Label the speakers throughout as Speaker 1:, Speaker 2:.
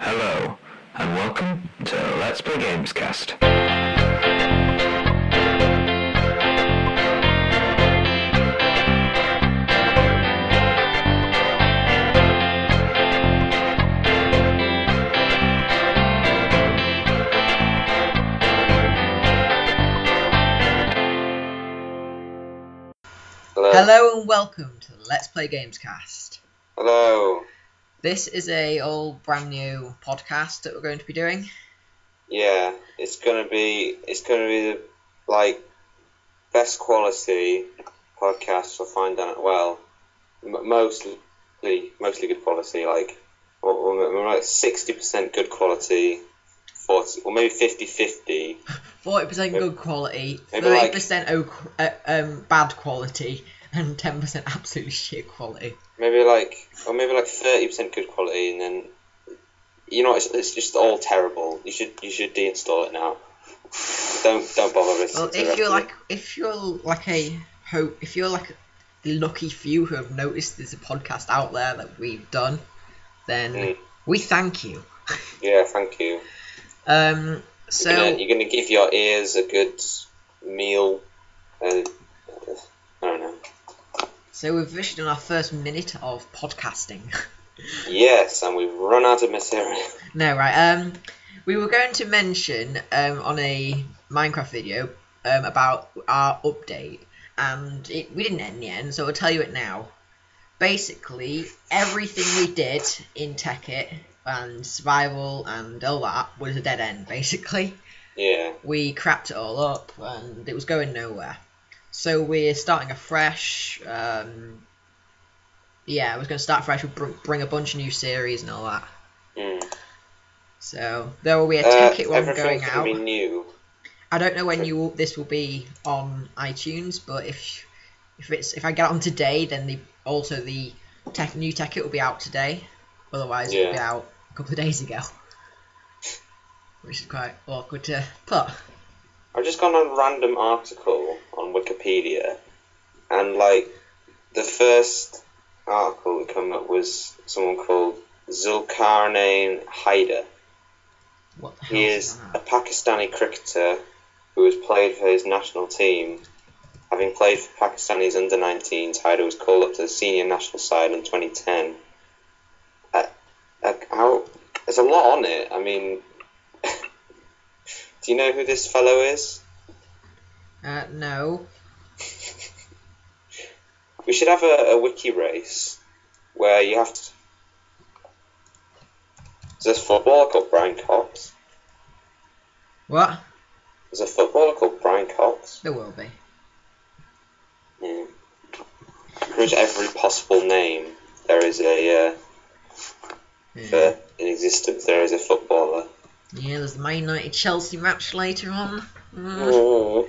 Speaker 1: Hello, and welcome to Let's Play Gamescast.
Speaker 2: Hello.
Speaker 3: Hello and welcome to the Let's Play Gamescast.
Speaker 2: Hello.
Speaker 3: This is a all brand new podcast that we're going to be doing.
Speaker 2: Yeah, it's gonna be it's gonna be the like best quality podcast you'll find out. Well, m- mostly mostly good quality. Like we're, we're we're like sixty percent good quality, forty or maybe 50-50.
Speaker 3: Forty percent good quality,
Speaker 2: Maybe like-
Speaker 3: thirty percent o- uh, um, bad quality, and ten percent absolutely shit quality.
Speaker 2: Maybe like or maybe like thirty percent good quality, and then you know it's, it's just all terrible. You should you should deinstall it now. Don't don't bother listening
Speaker 3: Well,
Speaker 2: to the
Speaker 3: if
Speaker 2: rest
Speaker 3: you're
Speaker 2: of it.
Speaker 3: like if you're like a hope, if you're like the lucky few who have noticed there's a podcast out there that we've done, then
Speaker 2: Mm.
Speaker 3: we thank you.
Speaker 2: yeah, thank you.
Speaker 3: Um, so
Speaker 2: You're gonna- you're going to give your ears a good meal. Uh, I don't know.
Speaker 3: so we've reached on our first minute of podcasting.
Speaker 2: Yes, and we've run out of material.
Speaker 3: No, right. Um, we were going to mention um, on a Minecraft video um, about our update, and it, we didn't in the end, so I'll tell you it now. Basically, everything we did in Tekkit and survival and all that was a dead end, basically.
Speaker 2: Yeah,
Speaker 3: We crapped it all up, and it was going nowhere. So we're starting afresh. Um, yeah, we're going to start fresh. We'll br- bring a bunch of new series and all that.
Speaker 2: mm.
Speaker 3: So there will be a
Speaker 2: Uh,
Speaker 3: ticket one
Speaker 2: everything's
Speaker 3: going
Speaker 2: going to
Speaker 3: out.
Speaker 2: be new.
Speaker 3: I don't know when you will- this will be on iTunes, but if if it's if I get on today, then the also the tech, new ticket will be out today. Otherwise, it'll be
Speaker 2: Yeah.
Speaker 3: out a couple of days ago, which is quite awkward to put.
Speaker 2: I've just gone on a random article on Wikipedia, and like the first article that came up was someone called Zulkarnain Haider.
Speaker 3: What the hell
Speaker 2: He is
Speaker 3: is
Speaker 2: a
Speaker 3: that?
Speaker 2: Pakistani cricketer who has played for his national team. Having played for Pakistan's under 19s, Haider was called up to the senior national side in 2010. Uh, uh, how, there's a lot on it. I mean, do you know who this fellow is?
Speaker 3: Uh, no.
Speaker 2: We should have a, a wiki race where you have to. There's a footballer called Brian Cox.
Speaker 3: What?
Speaker 2: There's a footballer called Brian Cox.
Speaker 3: There will be.
Speaker 2: Yeah. Pretty much Mm. every possible name there is a uh,
Speaker 3: Yeah.
Speaker 2: for in existence. There is a footballer.
Speaker 3: Hmm. yeah, there's the Man United Chelsea match later on. Mm.
Speaker 2: I will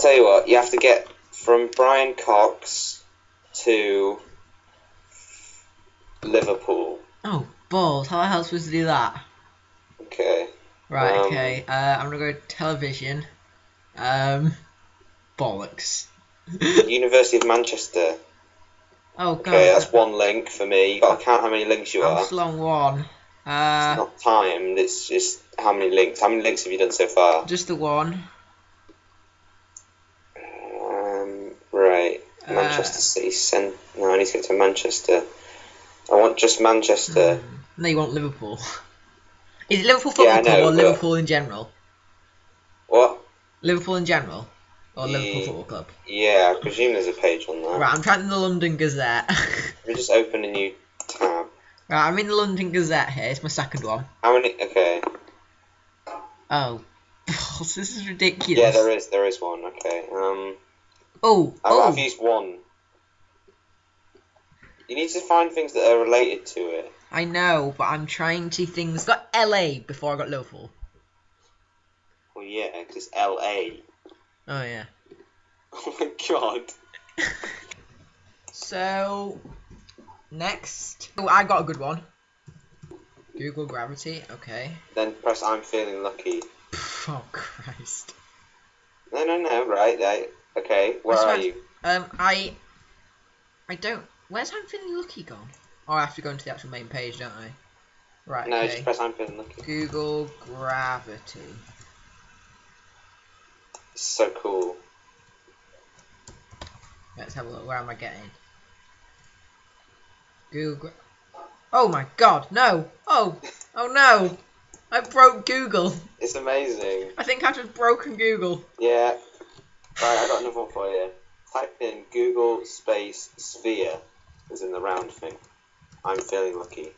Speaker 2: tell you what, you have to get from Brian Cox to Liverpool.
Speaker 3: Oh, balls! How the hell was to do that?
Speaker 2: Okay.
Speaker 3: Right,
Speaker 2: Um,
Speaker 3: okay. Uh, I'm gonna go television. Um, bollocks.
Speaker 2: University of Manchester.
Speaker 3: oh god,
Speaker 2: Okay, that's one link for me. You got to count how many links you
Speaker 3: that
Speaker 2: are.
Speaker 3: was
Speaker 2: It's
Speaker 3: a long one. Uh,
Speaker 2: not timed. It's just how many links. How many links have you done so far?
Speaker 3: just the one.
Speaker 2: Um, right.
Speaker 3: Uh,
Speaker 2: Manchester City sent. No, I need to get to Manchester. I want just Manchester.
Speaker 3: No, you want Liverpool. Is it Liverpool
Speaker 2: Yeah, I
Speaker 3: Football Club
Speaker 2: know,
Speaker 3: or
Speaker 2: but-
Speaker 3: Liverpool in general?
Speaker 2: What?
Speaker 3: Liverpool in general or Liverpool
Speaker 2: Yeah.
Speaker 3: Football Club?
Speaker 2: Yeah, I presume there's a page on that.
Speaker 3: Right, I'm trying the London Gazette.
Speaker 2: We just open a new tab.
Speaker 3: right, I'm in the London Gazette here. It's my second one.
Speaker 2: How many? Okay.
Speaker 3: Oh, balls! This is ridiculous.
Speaker 2: Yeah, there is. There is one. Okay. Um,
Speaker 3: Oh,
Speaker 2: I've,
Speaker 3: oh,
Speaker 2: I've used one. You need to find things that are related to it.
Speaker 3: I know, but I'm trying to things. Got LA before I got Liverpool.
Speaker 2: Well, yeah, 'cause it's L.A.
Speaker 3: Oh yeah.
Speaker 2: Oh my god.
Speaker 3: So, next. Oh, I got a good one. Google Gravity, okay.
Speaker 2: Then press I'm feeling lucky.
Speaker 3: Pff, Oh, Christ.
Speaker 2: No, no, no. Right, right. Okay. Where
Speaker 3: That's
Speaker 2: are
Speaker 3: right.
Speaker 2: you?
Speaker 3: Um, I. I don't. Where's I'm Feeling Lucky gone? Oh, I have to go into the actual main page, don't I? Right.
Speaker 2: No,
Speaker 3: okay.
Speaker 2: just press amperes and look.
Speaker 3: Google gravity.
Speaker 2: It's so cool.
Speaker 3: Let's have a look. Where am I getting? Google. gra- Oh my God! No! Oh! Oh no! I broke Google.
Speaker 2: It's amazing.
Speaker 3: I think I've just broken Google.
Speaker 2: Yeah. Right, I got another one for you. Type in Google space sphere, as in the round thing. I'm feeling lucky.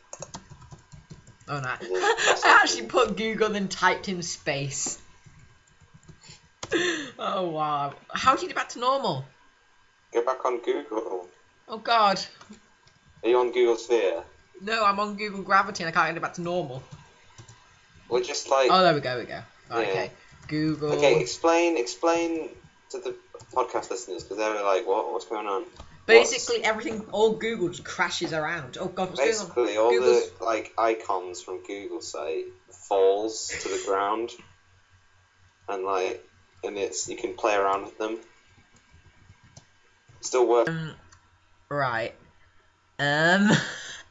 Speaker 3: Oh no!
Speaker 2: Yeah, that's
Speaker 3: I actually put Google then typed in space. Oh wow! How do you get back to normal?
Speaker 2: Go back on Google.
Speaker 3: Oh God!
Speaker 2: Are you on Google Sphere?
Speaker 3: No, I'm on Google Gravity and I can't get it back to normal.
Speaker 2: Or just like
Speaker 3: Oh, there we go, we go. Right,
Speaker 2: Yeah.
Speaker 3: Okay. Google.
Speaker 2: okay, explain explain to the podcast listeners because they were like, what what's going on?
Speaker 3: Basically, everything, all Google just crashes around. Oh God, what's going
Speaker 2: Basically,
Speaker 3: on?
Speaker 2: all
Speaker 3: Google's-
Speaker 2: the like icons from Google say falls to the ground, and like, and it's you can play around with them. Still work.
Speaker 3: Um, right. Um.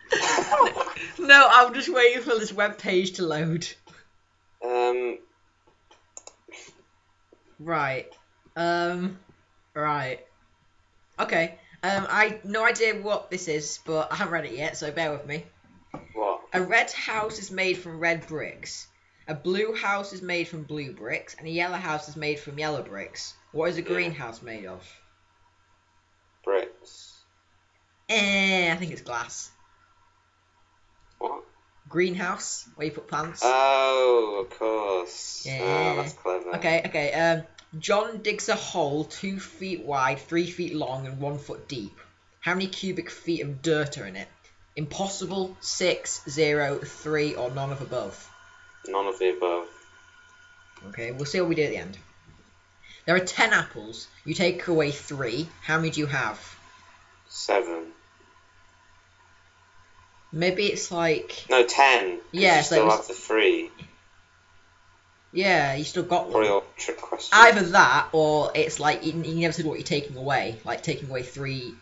Speaker 3: Mm. no, I'm just waiting for this web page to load.
Speaker 2: um,
Speaker 3: Right. Um. Right. Okay. Um. I no idea what this is, but I haven't read it yet, so bear with me.
Speaker 2: what?
Speaker 3: A red house is made from red bricks. A blue house is made from blue bricks, and a yellow house is made from yellow bricks. What is a green house made of?
Speaker 2: Bricks.
Speaker 3: Eh, I think it's glass.
Speaker 2: What?
Speaker 3: Greenhouse, where you put plants.
Speaker 2: Oh, of course.
Speaker 3: Yeah.
Speaker 2: Oh, that's clever.
Speaker 3: okay, okay. Um, John digs a hole two feet wide, three feet long, and one foot deep. How many cubic feet of dirt are in it? Impossible, six, zero, three, or none of above.
Speaker 2: None of the above.
Speaker 3: Okay, we'll see what we do at the end. There are ten apples. You take away three. How many do you have?
Speaker 2: Seven.
Speaker 3: Maybe it's like
Speaker 2: No, ten. 'cause
Speaker 3: Yeah,
Speaker 2: You
Speaker 3: so
Speaker 2: still
Speaker 3: it was-
Speaker 2: have the three.
Speaker 3: yeah, you still got one.
Speaker 2: Probably all trick question.
Speaker 3: Either that, or it's like you, you never said what you're taking away, like taking away three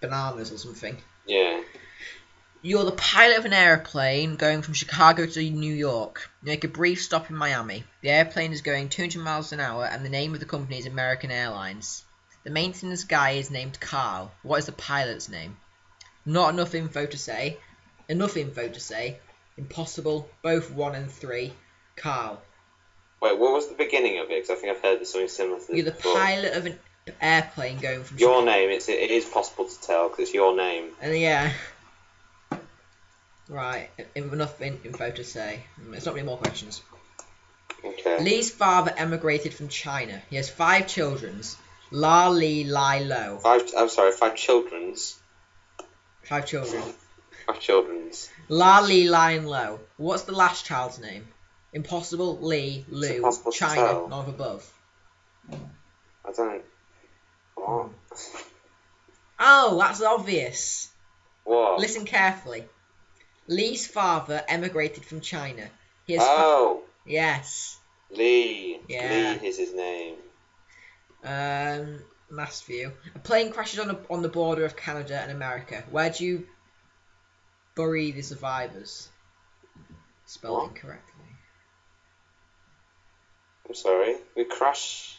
Speaker 3: bananas or something.
Speaker 2: Yeah.
Speaker 3: You're the pilot of an airplane going from Chicago to New York. You make a brief stop in Miami. The airplane is going 200 miles an hour, and the name of the company is American Airlines. The maintenance guy is named Carl. What is the pilot's name? Not enough info to say. Enough info to say. Impossible. Both one and three. Carl.
Speaker 2: Wait, what was the beginning of it? Because I think I've heard something similar to this
Speaker 3: You're the
Speaker 2: before.
Speaker 3: pilot of an airplane going from
Speaker 2: Your name, it's, it is possible to tell because it's your name.
Speaker 3: And yeah. Right, en- enough in- info to say. It's not really more questions.
Speaker 2: Okay.
Speaker 3: Lee's father emigrated from China. He has five children. La Lee Lai Lo.
Speaker 2: Five, I'm sorry, five children's.
Speaker 3: Five children.
Speaker 2: Five children's.
Speaker 3: La Lee Lai Lo. What's the last child's name? Impossible, Lee,
Speaker 2: It's
Speaker 3: Lou,
Speaker 2: impossible to
Speaker 3: China,
Speaker 2: tell.
Speaker 3: none of above.
Speaker 2: I don't. What?
Speaker 3: Oh, that's obvious.
Speaker 2: What?
Speaker 3: Listen carefully. Lee's father emigrated from China. He has fi-
Speaker 2: oh,
Speaker 3: yes.
Speaker 2: Lee.
Speaker 3: Yeah.
Speaker 2: Lee is his name.
Speaker 3: Um, mass view. A plane crashes on a, on the border of Canada and America. Where do you bury the survivors? Spelled
Speaker 2: What?
Speaker 3: incorrectly.
Speaker 2: I'm sorry. We crash.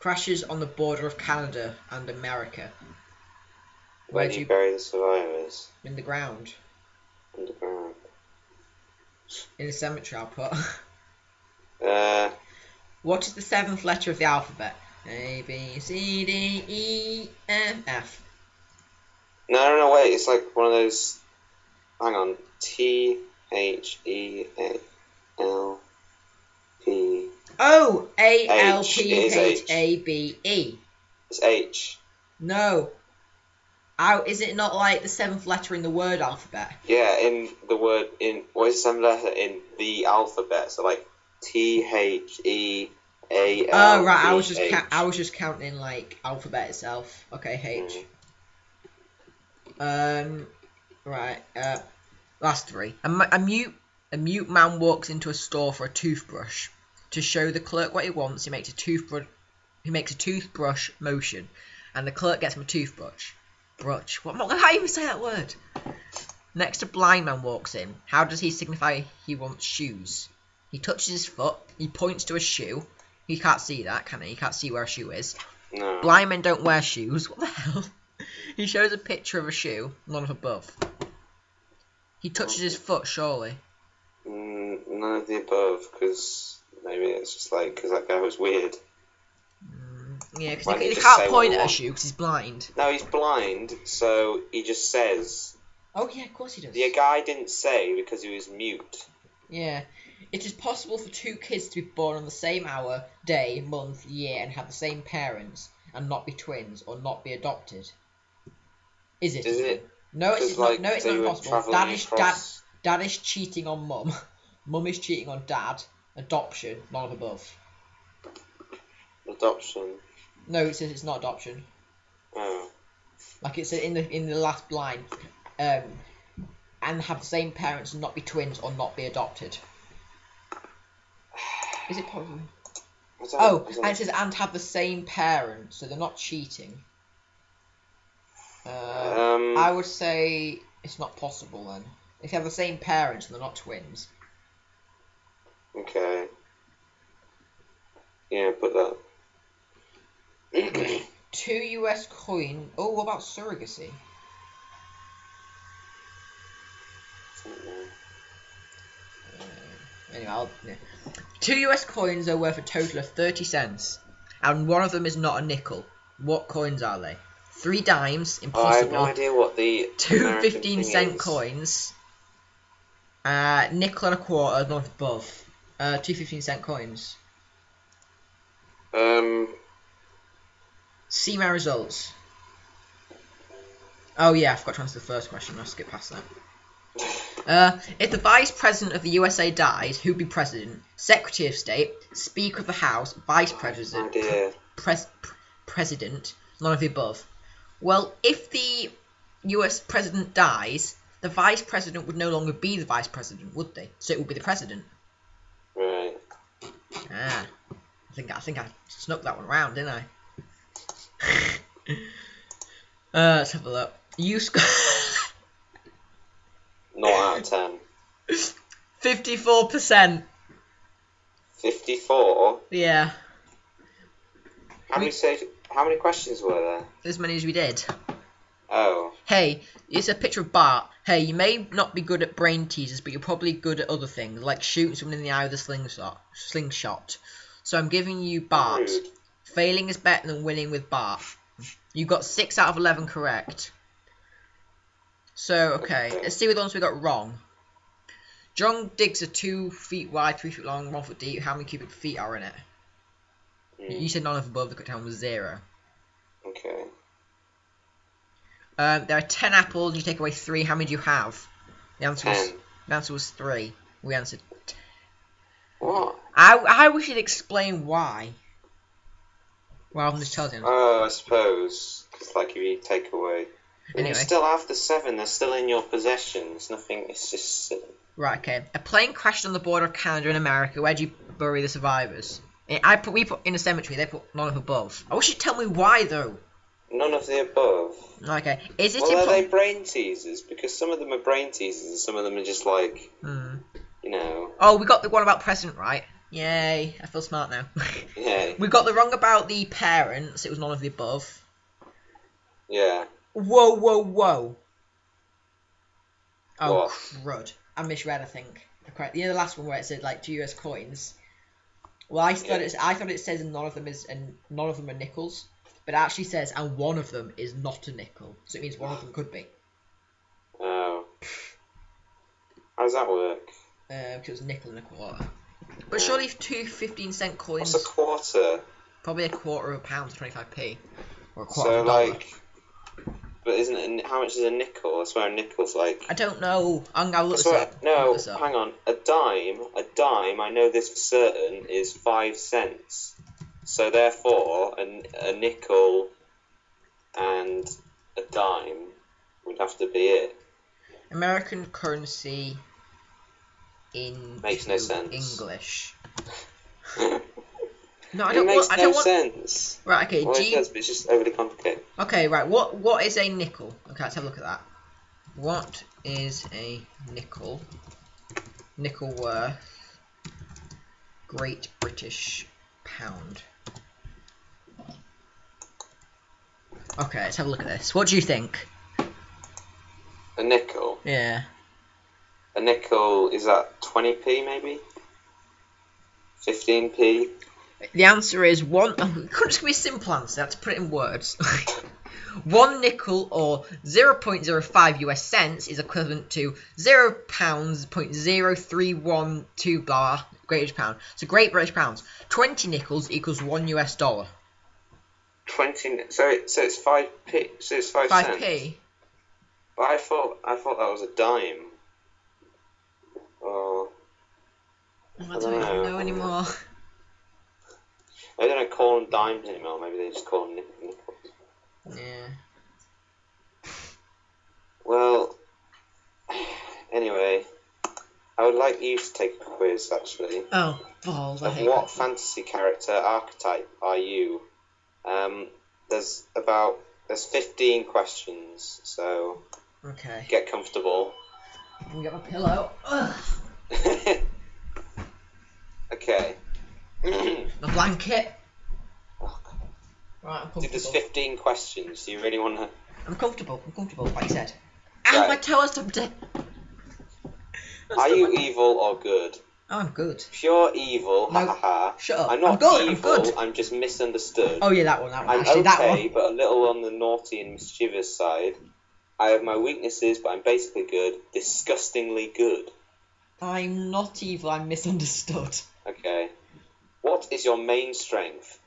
Speaker 3: Crashes on the border of Canada and America.
Speaker 2: Where
Speaker 3: Where
Speaker 2: do
Speaker 3: do
Speaker 2: you
Speaker 3: you
Speaker 2: bury the survivors?
Speaker 3: in the ground
Speaker 2: Underground.
Speaker 3: in the cemetery? I'll put.
Speaker 2: Uh,
Speaker 3: what is the seventh letter of the alphabet? A B C D E F F.
Speaker 2: no, no, no, wait. It's like one of those. Hang on. T H E A L P.
Speaker 3: Oh, A L
Speaker 2: H,
Speaker 3: P
Speaker 2: it is
Speaker 3: H
Speaker 2: H.
Speaker 3: A B E.
Speaker 2: It's H.
Speaker 3: No. How is it not like the seventh letter in the word alphabet?
Speaker 2: Yeah, in the word in what is some letter in the alphabet? So like T H E A L.
Speaker 3: Oh right, I was
Speaker 2: P
Speaker 3: just
Speaker 2: H.
Speaker 3: ca- I was just counting like alphabet itself. Okay, H.
Speaker 2: Mm-hmm.
Speaker 3: Um, right. Uh, last three. A, mu- a mute a mute man walks into a store for a toothbrush. To show the clerk what he wants, he makes a toothbrush he makes a toothbrush motion, and the clerk gets him a toothbrush. Brush. What? am I- How do you even say that word? Next, a blind man walks in. How does he signify he wants shoes? He touches his foot. He points to a shoe. He can't see that, can he? He can't see where a shoe is.
Speaker 2: No.
Speaker 3: Blind men don't wear shoes. What the hell? He shows a picture of a shoe, none of above. He touches his foot, surely.
Speaker 2: Mm, none of the above, because maybe it's just like because that guy was weird.
Speaker 3: Yeah, because
Speaker 2: Why
Speaker 3: he,
Speaker 2: don't you
Speaker 3: he
Speaker 2: just
Speaker 3: can't
Speaker 2: say
Speaker 3: point
Speaker 2: what-
Speaker 3: at a shoe because he's blind.
Speaker 2: No, he's blind, so he just says.
Speaker 3: Oh yeah, of course he does.
Speaker 2: The guy didn't say because he was mute.
Speaker 3: Yeah. It is possible for two kids to be born on the same hour, day, month, year, and have the same parents, and not be twins or not be adopted. Is it?
Speaker 2: Is it?
Speaker 3: No, it's
Speaker 2: 'Cause,
Speaker 3: not.
Speaker 2: like,
Speaker 3: no, it's
Speaker 2: they
Speaker 3: not
Speaker 2: were
Speaker 3: impossible.
Speaker 2: travelling
Speaker 3: Dad is dad,
Speaker 2: across-
Speaker 3: dad is cheating on mum. Mum is cheating on dad. Adoption, none of above.
Speaker 2: Adoption.
Speaker 3: No, it says it's not adoption.
Speaker 2: Oh.
Speaker 3: Like it said in the in the last line, um, and have the same parents, and not be twins or not be adopted. Is it possible?
Speaker 2: I don't-
Speaker 3: Oh,
Speaker 2: I don't-
Speaker 3: and it says and have the same parents, so they're not cheating. Uh,
Speaker 2: Um,
Speaker 3: I would say it's not possible then. If they have the same parents and they're not twins.
Speaker 2: okay. Yeah, put that.
Speaker 3: Two US coin. Oh, what about surrogacy? Anyway, I'll, yeah. two US coins are worth a total of 30 cents, and one of them is not a nickel. What coins are they? Three dimes,
Speaker 2: Oh, I have
Speaker 3: impossible.
Speaker 2: no idea what the
Speaker 3: two
Speaker 2: American
Speaker 3: 15
Speaker 2: thing
Speaker 3: cent
Speaker 2: is.
Speaker 3: coins, uh, nickel and a quarter, not above. Uh, two 15 cent coins.
Speaker 2: Um,
Speaker 3: See my results. Oh yeah, I forgot to answer the first question. I'll skip past that. Uh, if the vice president of the USA dies, who'd be president? Secretary of State, Speaker of the House, Vice
Speaker 2: oh
Speaker 3: President,
Speaker 2: dear.
Speaker 3: pres- pr- President, none of the above. Well, if the US president dies, the vice president would no longer be the vice president, would they? So it would be the president.
Speaker 2: Right.
Speaker 3: Ah, I think I think I snuck that one round, didn't I? uh, let's have a look. You scored
Speaker 2: Not out of ten.
Speaker 3: fifty-four percent.
Speaker 2: Fifty-four.
Speaker 3: Yeah,
Speaker 2: How many say? How many questions were there?
Speaker 3: as many as we did.
Speaker 2: Oh,
Speaker 3: Hey, it's a picture of Bart. Hey, you may not be good at brain teasers, but you're probably good at other things, like shooting someone in the eye with a slingshot. Slingshot. So I'm giving you Bart.
Speaker 2: rude.
Speaker 3: Failing is better than winning with Bart. You got six out of eleven correct. So okay,
Speaker 2: Okay.
Speaker 3: let's see what ones we got wrong. John digs are two feet wide, three feet long, one foot deep. How many cubic feet are in it?
Speaker 2: Mm,
Speaker 3: You said none of above. The correct one was zero.
Speaker 2: Okay.
Speaker 3: Um, there are ten apples. You take away three. How many do you have? The answer was
Speaker 2: Ten.
Speaker 3: the answer was three. We answered.
Speaker 2: What?
Speaker 3: I I wish you'd explain why. Rather than just tell them.
Speaker 2: Oh, I suppose because like if you take away, And
Speaker 3: Anyway.
Speaker 2: you still have the seven. They're still in your possession. It's nothing. It's just uh, silly.
Speaker 3: Right, okay. A plane crashed on the border of Canada and America. Where do you bury the survivors? Eh, I put we put in a cemetery. They put none of above. I wish you'd tell me why though.
Speaker 2: none of the above.
Speaker 3: Okay, is it?
Speaker 2: well, are
Speaker 3: impo-
Speaker 2: they brain teasers? Because some of them are brain teasers, and some of them are just like
Speaker 3: Hmm.
Speaker 2: you know,
Speaker 3: Oh, we got the one about president right. Yay! I feel smart now.
Speaker 2: yeah,
Speaker 3: we got the wrong about the parents. It was none of the above.
Speaker 2: yeah.
Speaker 3: Whoa, whoa, whoa! Oh
Speaker 2: What?
Speaker 3: crud! I misread. I think. The correct- The other last one where it said like two U.S. coins. Well, I thought
Speaker 2: Yeah.
Speaker 3: it's I thought it says none of them is and none of them are nickels, but it actually says and one of them is not a nickel, so it means one of them could be.
Speaker 2: Oh, how does that work?
Speaker 3: Uh, because it was a nickel and a quarter. But surely if two 15 cent coins,
Speaker 2: What's a quarter?
Speaker 3: probably a quarter of a pound, 25p, or a quarter
Speaker 2: So
Speaker 3: of a dollar.
Speaker 2: like, but isn't it, how much is a nickel? I swear a nickel's like.
Speaker 3: I don't know. I'm gonna
Speaker 2: I
Speaker 3: look this
Speaker 2: swear,
Speaker 3: up. I'll
Speaker 2: no,
Speaker 3: look this up.
Speaker 2: hang on. A dime, a dime. I know this for certain is five cents. So therefore, a, a nickel and a dime would have to be it.
Speaker 3: American currency in
Speaker 2: Makes no sense.
Speaker 3: English.
Speaker 2: it
Speaker 3: No, I don't
Speaker 2: makes
Speaker 3: want. I
Speaker 2: no
Speaker 3: don't want.
Speaker 2: sense.
Speaker 3: Right. Okay.
Speaker 2: Well, it
Speaker 3: G.
Speaker 2: does, but it's just overly complicated.
Speaker 3: Okay. Right. What What is a nickel? Okay. Let's have a look at that. What is a nickel? Nickel worth. Great British pound. Okay, let's have a look at this. What do you think?
Speaker 2: A nickel.
Speaker 3: Yeah.
Speaker 2: A nickel is that 20p maybe? 15p?
Speaker 3: The answer is one. Oh, it couldn't just be a simple answer. I had to put it in words. one nickel or 0.05 US cents is equivalent to zero pounds point zero three one two blah Great British pound. So Great British pounds. Twenty nickels equals one US dollar.
Speaker 2: 20 so it, so it's 5p so it's 5
Speaker 3: Five
Speaker 2: cents.
Speaker 3: p.
Speaker 2: But I thought I thought that was a dime. Oh,
Speaker 3: Oh, I
Speaker 2: I
Speaker 3: don't
Speaker 2: don't
Speaker 3: even
Speaker 2: know.
Speaker 3: know anymore.
Speaker 2: I don't call them dimes anymore. Maybe they just call them nic- nickels.
Speaker 3: Yeah.
Speaker 2: Well, anyway, I would like you to take a quiz actually.
Speaker 3: Oh balls! I
Speaker 2: Of
Speaker 3: hate
Speaker 2: what
Speaker 3: that.
Speaker 2: fantasy character archetype are you? Um, there's about there's 15 questions, so
Speaker 3: Okay.
Speaker 2: get comfortable.
Speaker 3: Let me get my pillow. Ugh,
Speaker 2: okay. oh,
Speaker 3: my blanket.
Speaker 2: God.
Speaker 3: Right, I'm
Speaker 2: Dude, there's
Speaker 3: comfortable.
Speaker 2: 15 questions. Do you really want to?
Speaker 3: I'm comfortable. I'm comfortable. Like you said. Ow,
Speaker 2: Right.
Speaker 3: my toe! I stopped it. I
Speaker 2: Are
Speaker 3: stubbed
Speaker 2: you e-
Speaker 3: my-
Speaker 2: evil or good?
Speaker 3: Oh, I'm good.
Speaker 2: Pure evil. Ha
Speaker 3: No.
Speaker 2: ha ha.
Speaker 3: Shut up.
Speaker 2: I'm not
Speaker 3: I'm good, I'm
Speaker 2: evil.
Speaker 3: good.
Speaker 2: I'm just misunderstood.
Speaker 3: Oh yeah, that one. That one.
Speaker 2: I'm
Speaker 3: Actually, that
Speaker 2: okay,
Speaker 3: one.
Speaker 2: but a little on the naughty and mischievous side. I have my weaknesses, but I'm basically good. Disgustingly good.
Speaker 3: I'm not evil. I'm misunderstood.
Speaker 2: Okay. What is your main strength?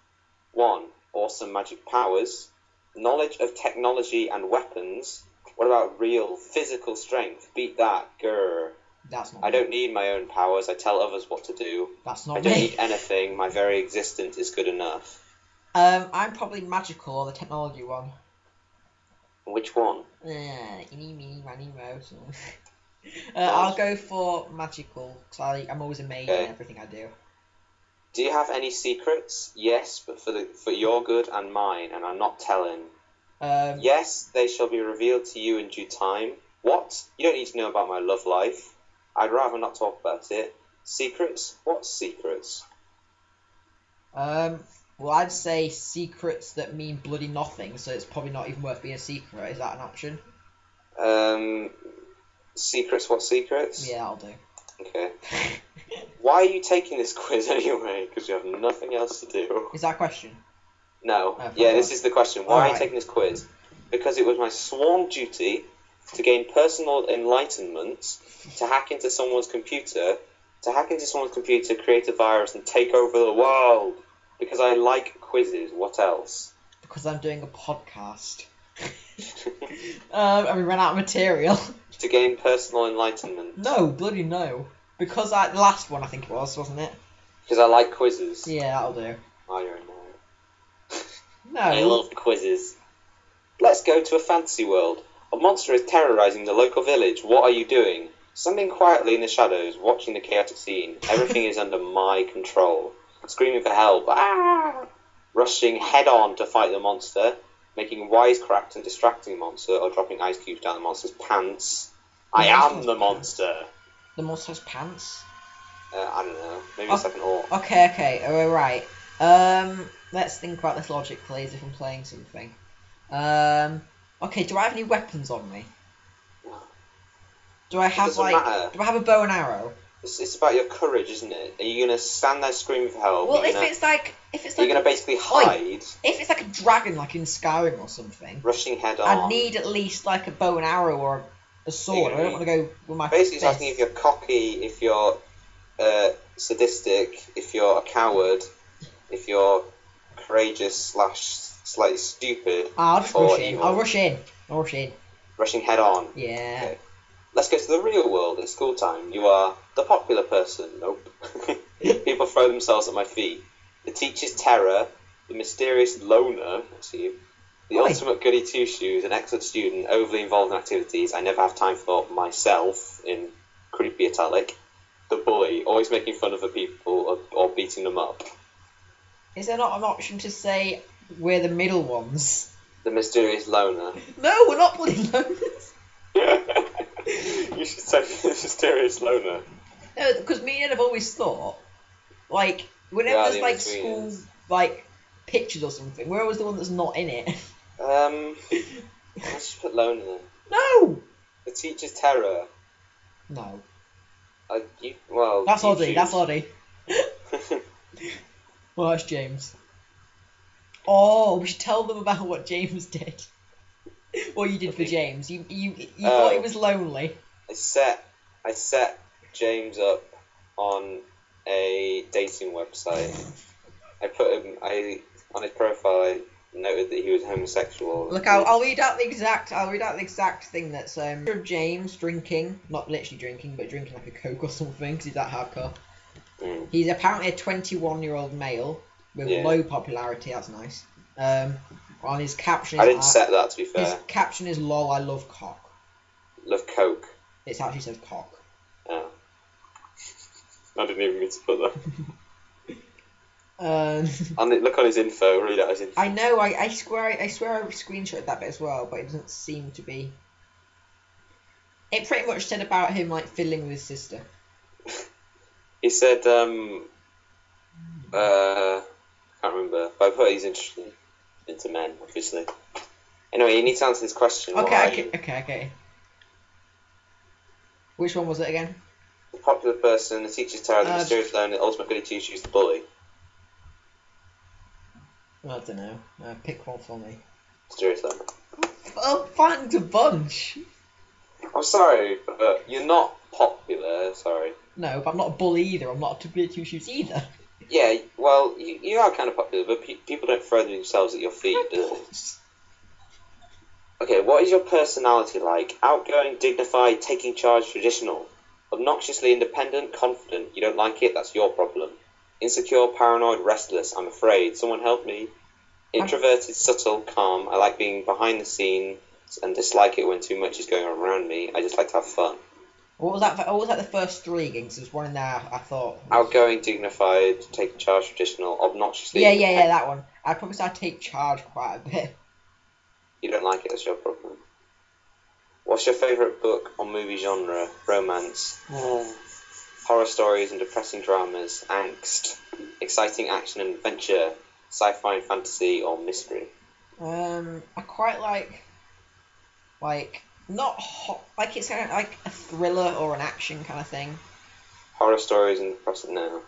Speaker 2: One, awesome magic powers, knowledge of technology and weapons. What about real physical strength? Beat that, grr.
Speaker 3: That's not.
Speaker 2: I
Speaker 3: me.
Speaker 2: don't need my own powers. I tell others what to do.
Speaker 3: That's
Speaker 2: I
Speaker 3: not
Speaker 2: don't
Speaker 3: me.
Speaker 2: need anything. My very existence is good enough.
Speaker 3: Um, I'm probably magical or the technology one.
Speaker 2: Which one?
Speaker 3: Yeah, eeny, meeny, miny, moe. so- Uh, I'll go for magical because I'm always amazed
Speaker 2: Okay.
Speaker 3: in everything I do.
Speaker 2: Do you have any secrets? Yes, but for the for your good and mine, and I'm not telling.
Speaker 3: Um,
Speaker 2: Yes, they shall be revealed to you in due time. What? You don't need to know about my love life. I'd rather not talk about it. Secrets? What secrets?
Speaker 3: Um, well, I'd say secrets that mean bloody nothing, so it's probably not even worth being a secret. Is that an option?
Speaker 2: Um, secrets? What secrets?
Speaker 3: Yeah, I'll do.
Speaker 2: Okay. Why are you taking this quiz anyway? Because you have nothing else to do.
Speaker 3: Is that a question?
Speaker 2: No.
Speaker 3: Oh,
Speaker 2: yeah,
Speaker 3: fuck
Speaker 2: this
Speaker 3: off.
Speaker 2: is the question. Why are you
Speaker 3: Alright.
Speaker 2: taking this quiz? Because it was my sworn duty to gain personal enlightenment, to hack into someone's computer, to hack into someone's computer, create a virus, and take over the world. Because I like quizzes. What else?
Speaker 3: Because I'm doing a podcast. um, and we ran out of material.
Speaker 2: To gain personal enlightenment.
Speaker 3: no, bloody no. Because I, the last one I think it was, wasn't it?
Speaker 2: Because I like quizzes.
Speaker 3: Yeah, that'll do.
Speaker 2: Oh, you're annoying. I
Speaker 3: No.
Speaker 2: love quizzes. Let's go to a fantasy world. A monster is terrorizing the local village. What are you doing? Standing quietly in the shadows, watching the chaotic scene. Everything is under my control. Screaming for help. Ah! Rushing head on to fight the monster, making wisecracks and distracting the monster, or dropping ice cubes down the monster's pants. I am the monster.
Speaker 3: The monster's pants.
Speaker 2: Uh, I don't know. Maybe
Speaker 3: Oh.
Speaker 2: it's like an orc.
Speaker 3: Okay, okay, alright. Um, let's think about this logically as if I'm playing something. Um, okay, do I have any weapons on me? Do I have
Speaker 2: doesn't
Speaker 3: like?
Speaker 2: matter.
Speaker 3: Do I have a bow and arrow?
Speaker 2: It's, it's about your courage, isn't it? Are you gonna stand there screaming for help?
Speaker 3: Well,
Speaker 2: Are you
Speaker 3: if
Speaker 2: gonna-
Speaker 3: it's like, if it's
Speaker 2: You're
Speaker 3: like,
Speaker 2: gonna basically hide,
Speaker 3: if it's like a dragon, like in Skyrim or something,
Speaker 2: rushing head on.
Speaker 3: I'd need at least like a bow and arrow or a, a sword. I don't want to go with my.
Speaker 2: Basically, it's
Speaker 3: fist.
Speaker 2: asking if you're cocky, if you're uh, sadistic, if you're a coward, if you're courageous slash slightly stupid,
Speaker 3: Ah, I'll just
Speaker 2: or
Speaker 3: rush in.
Speaker 2: evil.
Speaker 3: I'll rush in. I'll rush in.
Speaker 2: rushing head on.
Speaker 3: Yeah.
Speaker 2: Okay. Let's go to the real world at school time. You are the popular person. Nope. People throw themselves at my feet. The teacher's terror, the mysterious loner, that's you, the
Speaker 3: Oi.
Speaker 2: ultimate goody two shoes, an excellent student, overly involved in activities I never have time for myself, in creepy italic, the bully, always making fun of the people or, or beating them up,
Speaker 3: Is there not an option to say we're the middle ones?
Speaker 2: the mysterious loner.
Speaker 3: No, we're not bloody loners.
Speaker 2: you should take Mysterious Loner.
Speaker 3: No, because me and Ed have always thought, like, whenever
Speaker 2: Yeah,
Speaker 3: there's
Speaker 2: the
Speaker 3: like school
Speaker 2: in-betweeners.
Speaker 3: like pictures or something, we're always the one that's not in it.
Speaker 2: Um, let's just put Loner. in.
Speaker 3: no,
Speaker 2: The teacher's terror.
Speaker 3: no,
Speaker 2: I, you, well,
Speaker 3: that's
Speaker 2: you
Speaker 3: Oddie. That's
Speaker 2: choose.
Speaker 3: Oddie. Well, that's James. Oh, we should tell them about what James did. what you did for
Speaker 2: Okay.
Speaker 3: James. You you you
Speaker 2: Oh.
Speaker 3: thought it was lonely.
Speaker 2: I set I set James up on a dating website. I put him I on his profile. I noted that he was homosexual.
Speaker 3: Look, I'll, I'll read out the exact. I'll read out the exact thing that's um picture of James drinking, not literally drinking, but drinking like a coke or something because he's that hardcore.
Speaker 2: Mm.
Speaker 3: He's apparently a 21 year old male with
Speaker 2: Yeah.
Speaker 3: low popularity. That's nice. Um, on his caption.
Speaker 2: I
Speaker 3: is,
Speaker 2: didn't
Speaker 3: uh,
Speaker 2: set that to be
Speaker 3: His
Speaker 2: fair.
Speaker 3: caption is "lol, I love cock."
Speaker 2: Love Coke.
Speaker 3: It actually says cock.
Speaker 2: Oh. I didn't even mean to put that.
Speaker 3: Um,
Speaker 2: And it- look on his info. Read out his info.
Speaker 3: I know. I, I swear. I, I swear. I screenshotted that bit as well, but it doesn't seem to be. It pretty much said about him like fiddling with his sister.
Speaker 2: He said, um, uh, I can't remember, but I put he's interested into men, obviously. Anyway, you need to answer this question. What
Speaker 3: Okay.
Speaker 2: are
Speaker 3: Okay.
Speaker 2: you?
Speaker 3: Okay. Okay. Which one was it again?
Speaker 2: The popular person, the teacher's terror, the
Speaker 3: Uh,
Speaker 2: mysterious loner, the ultimate goody two shoes, the bully.
Speaker 3: I don't know. Uh, pick one for me.
Speaker 2: Mysterious loner.
Speaker 3: Oh, find a bunch.
Speaker 2: I'm sorry, but you're not popular, sorry.
Speaker 3: No, but I'm not a bully either. I'm not a two two shoes either.
Speaker 2: Yeah, well, you, you are kind of popular, but pe- people don't throw themselves at your feet, do they? Okay, what is your personality like? Outgoing, dignified, taking charge, traditional. Obnoxiously independent, confident. You don't like it, that's your problem. Insecure, paranoid, restless. I'm afraid. Someone help me. Introverted, subtle, calm. I like being behind the scenes and dislike it when too much is going on around me. I just like to have fun.
Speaker 3: What was that? For, what was that? The first three games. There's one in there. I thought.
Speaker 2: Outgoing, dignified, taking charge, traditional. Obnoxiously.
Speaker 3: Yeah, yeah, yeah.
Speaker 2: independent.
Speaker 3: That one. I promise I take charge quite a bit.
Speaker 2: You don't like it, that's your problem. What's your favourite book or movie genre? Romance. horror stories and depressing dramas, angst, exciting action and adventure, sci-fi and fantasy, or mystery.
Speaker 3: Um, I quite like, like not hot, like it's kind of like a thriller or an action kind of thing.
Speaker 2: Horror stories and depressing now.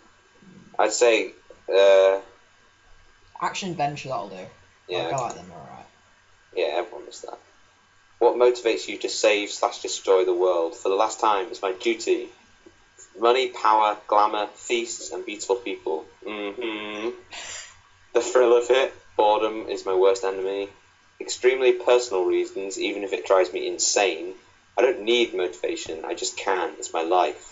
Speaker 2: I'd say, uh,
Speaker 3: Action adventure that'll do.
Speaker 2: yeah,
Speaker 3: I like them. All right.
Speaker 2: yeah, everyone does that. What motivates you to save slash destroy the world? For the last time, it's my duty. Money, power, glamour, feasts, and beautiful people. hmm The thrill of it, boredom, is my worst enemy. Extremely personal reasons, even if it drives me insane. I don't need motivation, I just can. It's my life.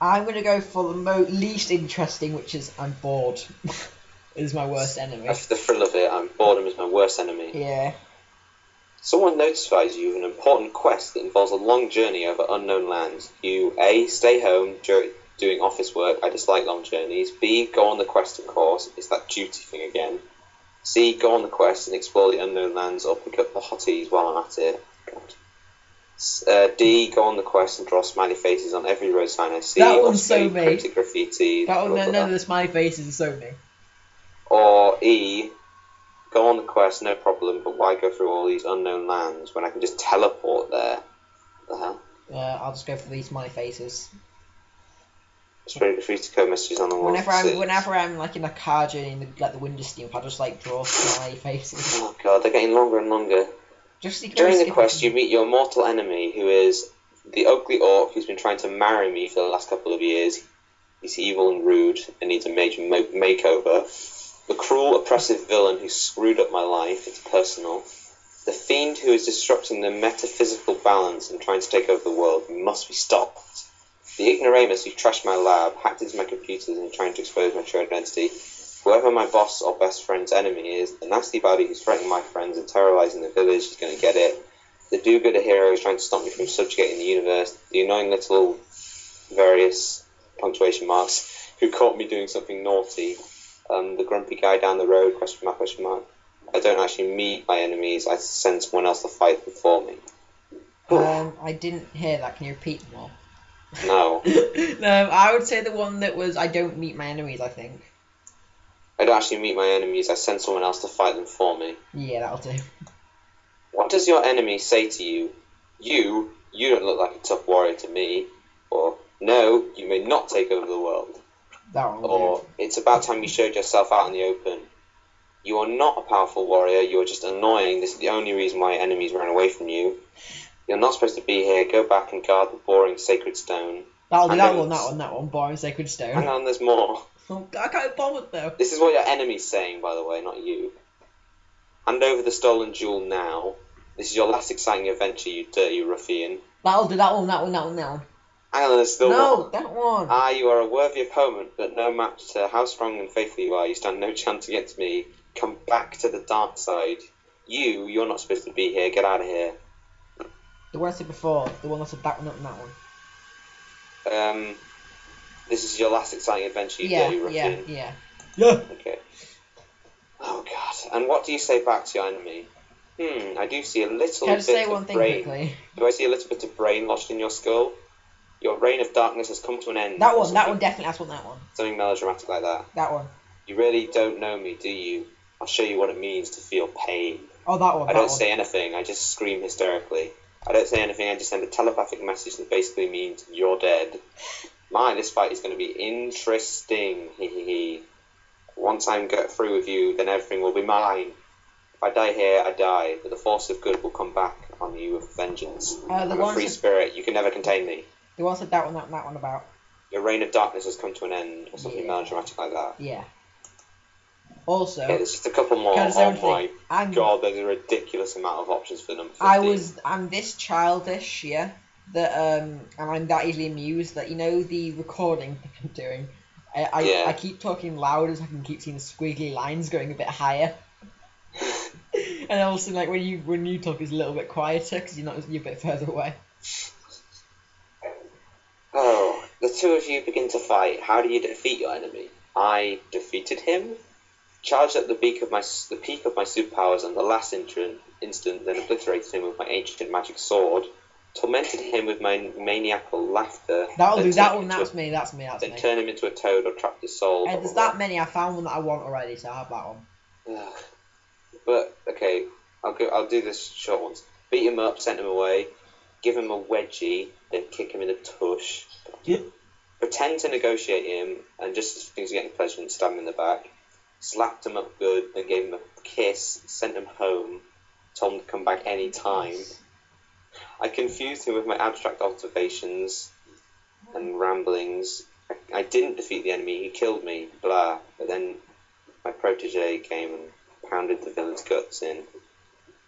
Speaker 3: I'm gonna go for the mo- least interesting, which is I'm bored. is my worst enemy.
Speaker 2: That's the thrill of it, and boredom is my worst enemy.
Speaker 3: Yeah.
Speaker 2: Someone notifies you of an important quest that involves a long journey over unknown lands. You A. Stay home dur- doing office work. I dislike long journeys. B. Go on the quest, of course. It's that duty thing again. C. Go on the quest and explore the unknown lands or pick up the hotties while I'm at it. God. S- Uh, D. Go on the quest and draw smiley faces on every road sign I see.
Speaker 3: That
Speaker 2: or
Speaker 3: one's so
Speaker 2: spray
Speaker 3: me.
Speaker 2: cryptic graffiti.
Speaker 3: That one,
Speaker 2: blah,
Speaker 3: no,
Speaker 2: blah,
Speaker 3: no,
Speaker 2: blah.
Speaker 3: the smiley faces are so me.
Speaker 2: Or E, go on the quest, no problem, but why go through all these unknown lands when I can just teleport there? The hell?
Speaker 3: Uh, I'll just go for these smiley faces.
Speaker 2: Spirit of Free to code messages on the wall.
Speaker 3: Whenever I'm,
Speaker 2: Six.
Speaker 3: whenever I'm like in a car journey in the, like the window steam, I just like draw smiley faces.
Speaker 2: Oh god, they're getting longer and longer.
Speaker 3: Just so you can
Speaker 2: During
Speaker 3: always
Speaker 2: the
Speaker 3: skip-
Speaker 2: quest, you meet your mortal enemy, who is the ugly orc who's been trying to marry me for the last couple of years. He's evil and rude and needs a major mo- makeover. The cruel, oppressive villain who screwed up my life, it's personal. The fiend who is disrupting the metaphysical balance and trying to take over the world must be stopped. The ignoramus who trashed my lab, hacked into my computers, and trying to expose my true identity. Whoever my boss or best friend's enemy is, the nasty baddie who's threatening my friends and terrorizing the village is going to get it. The do-gooder hero is trying to stop me from subjugating the universe. The annoying little various punctuation marks who caught me doing something naughty. Um, the grumpy guy down the road. Question mark. Question mark. I don't actually meet my enemies. I send someone else to fight them for me.
Speaker 3: Um, I didn't hear that. Can you repeat them all?
Speaker 2: No,
Speaker 3: no, I would say the one that was I don't meet my enemies. I think.
Speaker 2: I don't actually meet my enemies. I send someone else to fight them for me.
Speaker 3: Yeah, that'll do.
Speaker 2: What does your enemy say to you? You, you don't look like a tough warrior to me. Or no, you may not take over the world.
Speaker 3: That one will
Speaker 2: Or it's about time you showed yourself out in the open. You are not a powerful warrior. You are just annoying. This is the only reason why your enemies ran away from you. You're not supposed to be here. Go back and guard the boring sacred stone.
Speaker 3: do. That'll do
Speaker 2: I
Speaker 3: that
Speaker 2: know
Speaker 3: one, that
Speaker 2: it's-
Speaker 3: one, that one. Boring Sacred
Speaker 2: Hang
Speaker 3: Stone.
Speaker 2: on, there's more.
Speaker 3: Oh, I can't be bothered though.
Speaker 2: This is what your enemy's saying, by the way, not you. Hand over the stolen jewel now. This is your last exciting adventure, you dirty ruffian.
Speaker 3: That'll do that one, that one, that one, that one.
Speaker 2: Hang on, there's still
Speaker 3: no,
Speaker 2: more.
Speaker 3: that one.
Speaker 2: Ah, you are a worthy opponent, but no match to how strong and faithful you are. You stand no chance against me. Come back to the dark side. You, you're not supposed to be here. Get out of here.
Speaker 3: the one I said before, the one I said that one, that one, that one.
Speaker 2: Um, this is your last exciting adventure, you
Speaker 3: yeah,
Speaker 2: dirty ruffian.
Speaker 3: yeah, yeah, yeah.
Speaker 2: Okay. Oh God! And what do you say back to your enemy? Hmm. I do see a little
Speaker 3: Can I
Speaker 2: bit
Speaker 3: just say
Speaker 2: of
Speaker 3: one thing
Speaker 2: brain.
Speaker 3: quickly?
Speaker 2: Do I see a little bit of brain lodged in your skull? Your reign of darkness has come to an end.
Speaker 3: That
Speaker 2: or
Speaker 3: one, that
Speaker 2: something-
Speaker 3: one, definitely. That's one, that one,
Speaker 2: Something melodramatic like that.
Speaker 3: that one.
Speaker 2: You really don't know me, do you? I'll show you what it means to feel pain.
Speaker 3: Oh, that one.
Speaker 2: I
Speaker 3: that
Speaker 2: don't
Speaker 3: one.
Speaker 2: say anything. I just scream hysterically. I don't say anything. I just send a telepathic message that basically means you're dead. My, this fight is going to be interesting. Hee hee hee. Once I'm get through with you, then everything will be mine. If I die here, I die, but the force of good will come back on you with vengeance.
Speaker 3: Uh, the
Speaker 2: I'm a
Speaker 3: one,
Speaker 2: free
Speaker 3: said,
Speaker 2: spirit. You can never contain me.
Speaker 3: the one said that one, that one, that one about.
Speaker 2: Your reign of darkness has come to an end, or something
Speaker 3: Yeah.
Speaker 2: melodramatic like that.
Speaker 3: Yeah. Also,
Speaker 2: Yeah, there's just a couple more.
Speaker 3: Can I say
Speaker 2: Oh
Speaker 3: one
Speaker 2: my
Speaker 3: thing? I'm,
Speaker 2: god, there's a ridiculous amount of options for number 15.
Speaker 3: I was, I'm this childish, yeah, that um, and I'm that easily amused that you know the recording that I'm doing. I, I,
Speaker 2: Yeah.
Speaker 3: I keep talking louder so I can keep seeing squiggly lines going a bit higher. and also, like when you when you talk, it's a little bit quieter because you're not you're a bit further away.
Speaker 2: Oh, the two of you begin to fight. How do you defeat your enemy? I defeated him, charged up the peak of my the peak of my superpowers on the last instant, instant, then obliterated him with my ancient magic sword, tormented him with my maniacal laughter.
Speaker 3: That'll
Speaker 2: then
Speaker 3: do that
Speaker 2: turned
Speaker 3: one.
Speaker 2: him into
Speaker 3: That's
Speaker 2: a-
Speaker 3: me. That's me. That's
Speaker 2: Then
Speaker 3: me.
Speaker 2: turn him into a toad or trapped his soul.
Speaker 3: And there's that many. I found one that I want already, so I have that one.
Speaker 2: Ugh. But okay, I'll go. I'll do this short ones. Beat him up, send him away, give him a wedgie, then kick him in the tush.
Speaker 3: Yeah.
Speaker 2: Pretend to negotiate him, and just as things are getting pleasant, stab him in the back. Slapped him up good, then gave him a kiss, sent him home, told him to come back any time. I confused him with my abstract observations and ramblings. I, I didn't defeat the enemy; he killed me. Blah. But then my protege came and pounded the villain's guts in.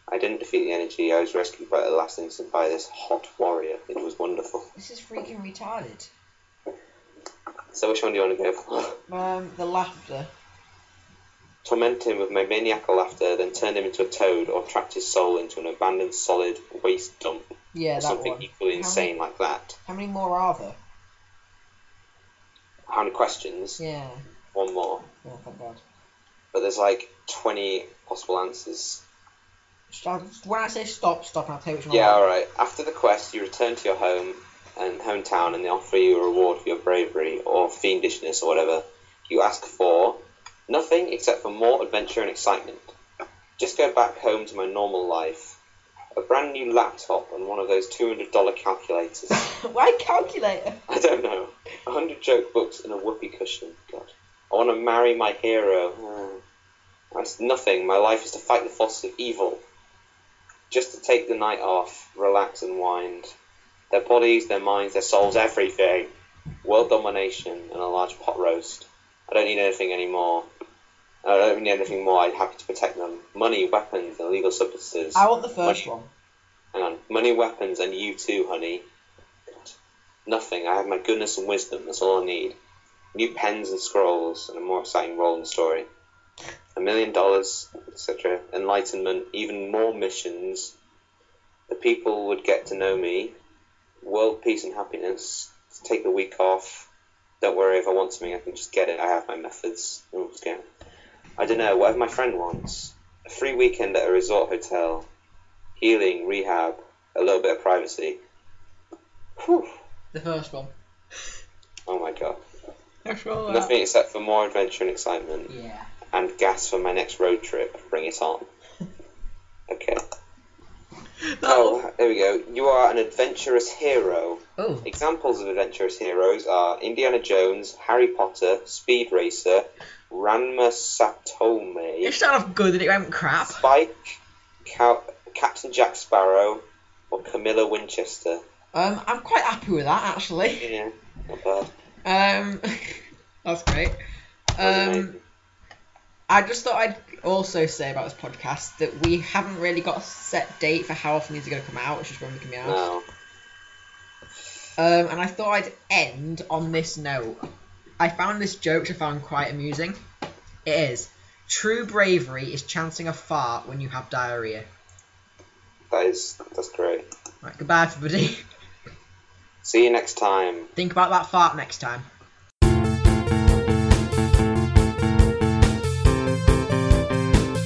Speaker 2: I didn't defeat the energy. I was rescued by at the last instant by this hot warrior. It was wonderful.
Speaker 3: This is freaking retarded.
Speaker 2: So which one do you want to go for?
Speaker 3: Um, the laughter.
Speaker 2: Torment him with my maniacal laughter, then turn him into a toad, or trapped his soul into an abandoned solid waste dump,
Speaker 3: Yeah,
Speaker 2: or
Speaker 3: that
Speaker 2: something
Speaker 3: one.
Speaker 2: equally
Speaker 3: How
Speaker 2: insane like that.
Speaker 3: How many more are there?
Speaker 2: How many questions?
Speaker 3: Yeah.
Speaker 2: One more,
Speaker 3: Oh, thank God.
Speaker 2: but there's like 20 possible answers.
Speaker 3: Just- I'll- just- When I say stop, stop, and I'll tell you which one. I
Speaker 2: Yeah,
Speaker 3: want.
Speaker 2: alright. After the quest, you return to your home and hometown and they offer you a reward for your bravery or fiendishness or whatever. You ask for nothing except for more adventure and excitement. Just go back home to my normal life. A brand new laptop and one of those $200 calculators.
Speaker 3: Why calculator?
Speaker 2: I don't know. A hundred joke books and a whoopee cushion. God. I want to marry my hero. Oh. That's nothing. My life is to fight the forces of evil. Just to take the night off, relax and wind. Their bodies, their minds, their souls, everything. World domination and a large pot roast. I don't need anything anymore. I don't need anything more. I'm happy to protect them. Money, weapons, and illegal substances.
Speaker 3: I want the first
Speaker 2: Money-
Speaker 3: one.
Speaker 2: Hang on. Money, weapons, and you too, honey. God. Nothing. I have my goodness and wisdom. That's all I need. New pens and scrolls, and a more exciting role in the story. A million dollars, etc. Enlightenment, even more missions. The people would get to know me. World peace and happiness. Take the week off. Don't worry if I want something, I can just get it. I have my methods. Oh, it's going. I don't know. Whatever my friend wants. A free weekend at a resort hotel healing, rehab, a little bit of privacy. Whew.
Speaker 3: The first one.
Speaker 2: Oh my god.
Speaker 3: That's all right.
Speaker 2: Nothing except for more adventure and excitement.
Speaker 3: Yeah.
Speaker 2: and gas for my next road trip. Bring it on. Okay.
Speaker 3: Oh.
Speaker 2: Oh, there we go. You are an adventurous hero.
Speaker 3: Oh.
Speaker 2: Examples of adventurous heroes are Indiana Jones, Harry Potter, Speed Racer, Ranma
Speaker 3: You
Speaker 2: Satome,
Speaker 3: started off good and it went crap.
Speaker 2: Spike, Cow- Captain Jack Sparrow, or Camilla Winchester.
Speaker 3: Um, I'm quite happy with that actually.
Speaker 2: Yeah, not bad.
Speaker 3: Um, that's great.
Speaker 2: That was
Speaker 3: Um,
Speaker 2: amazing.
Speaker 3: I just thought I'd also say about this podcast that we haven't really got a set date for how often these are going to come out, which is when we can be out.
Speaker 2: no.
Speaker 3: Um, and I thought I'd end on this note. I found this joke which I found quite amusing. It is true bravery is chancing a fart when you have diarrhea.
Speaker 2: That is, that's great.
Speaker 3: Right, goodbye everybody.
Speaker 2: See you next time.
Speaker 3: Think about that fart next time.